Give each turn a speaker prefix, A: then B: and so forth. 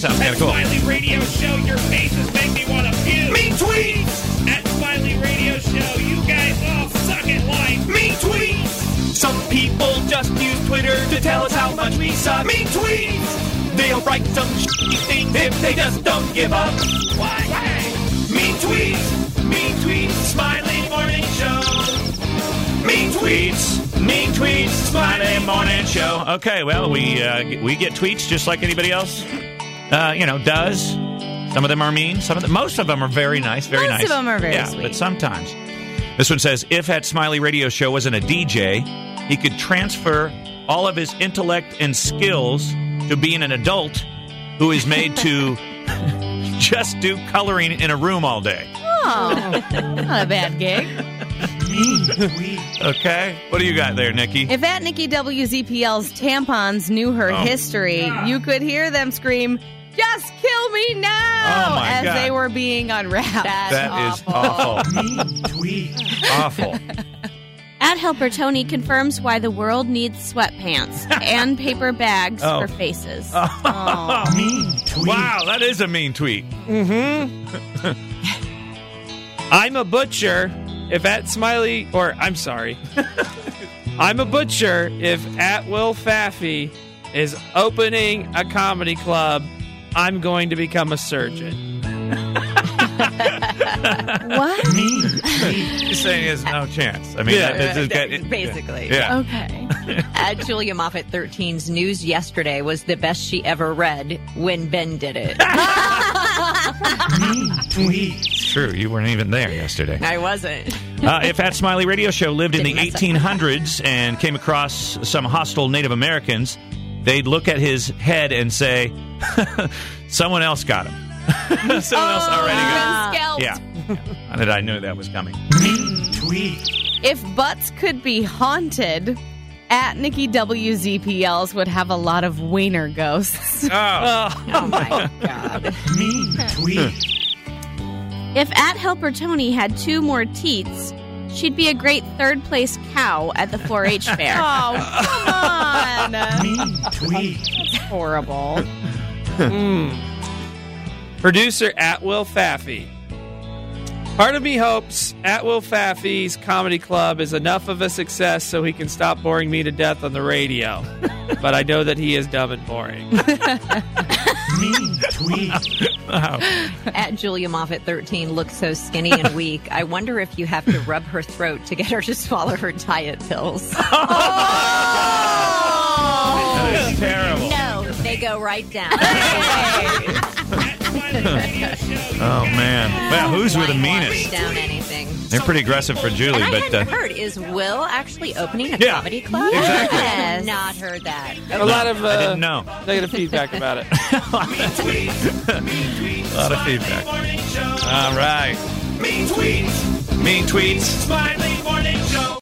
A: Sounds kind of cool.
B: Smiley Radio Show, your faces make me want to puke.
C: Me tweets!
B: At Smiley Radio Show, you guys all suck at life.
C: Me tweets!
D: Some people just use Twitter to tell us how much we suck.
C: Me tweets!
D: They'll write some shitty things if they just don't give up.
B: Why?
C: Me tweets!
D: Me tweets, Smiley Morning Show.
C: Me tweets!
D: Me tweets, Smiley Morning Show.
A: Okay, well, we uh, g- we get tweets just like anybody else. Uh, you know, does some of them are mean? Some of them, most of them are very nice. Very
E: Most
A: nice.
E: of them are very
A: yeah,
E: sweet.
A: but sometimes. This one says, if at Smiley Radio Show wasn't a DJ, he could transfer all of his intellect and skills to being an adult who is made to just do coloring in a room all day.
E: Oh, not a bad gig.
A: Okay, what do you got there, Nikki?
E: If at Nikki WZPL's tampons knew her
A: Oh.
E: history, you could hear them scream, "Just kill me now!"
A: Oh, my
E: as
A: God.
E: they were being unwrapped.
A: that is awful. awful.
F: Ad helper Tony confirms why the world needs sweatpants and paper bags
A: Oh.
F: for faces.
E: Aw.
A: Wow, that is a mean tweet.
G: I'm a butcher. If at Smiley, or I'm sorry, I'm a butcher. If at Will Faffy is opening a comedy club, I'm going to become a surgeon.
F: what?
A: Just saying there's no chance. I mean,
G: Yeah.
A: that- this is- it-
H: Basically.
A: Yeah.
F: Okay.
H: At Julia Moffat 13's news yesterday was the best she ever read when Ben did it.
A: It's true. You weren't even there yesterday.
H: I wasn't.
A: Uh, if at Smiley Radio Show lived in the
H: Didn't mess up.
A: 1800s and came across some hostile Native Americans, they'd look at his head and say, someone else got him.
H: Oh,
A: someone else already got him. Yeah. How did I know that was coming?
E: If butts could be haunted, at Nikki WZPL's would have a lot of wiener ghosts.
A: Oh,
H: Oh my god.
F: If at helper Tony had two more teats, she'd be a great third place cow at the 4-H fair.
E: oh, come on. Horrible.
G: Producer at Will Faffy. Part of me hopes at Will Faffy's comedy club is enough of a success so he can stop boring me to death on the radio. but I know that he is dumb and boring.
H: At Julia Moffat 13 looks so skinny and weak. I wonder if you have to rub her throat to get her to swallow her diet pills.
A: that is terrible.
H: No, they go right down.
B: At Smiley Radio Show, you
A: Oh,
B: guys
A: man. Well, who's were the
H: Why wash
A: meanest?
H: Down anything.
A: They're pretty aggressive for Julie,
H: And I
A: but.
H: hadn't
A: Uh,
H: heard. Is Will actually opening a
A: Yeah.
H: comedy club?
A: Exactly.
H: I had not heard that.
G: A lot of uh,
A: I didn't know.
G: negative feedback about it.
A: A lot of feedback. All right. Mean tweets. Mean tweets.
G: Smiley Morning Show.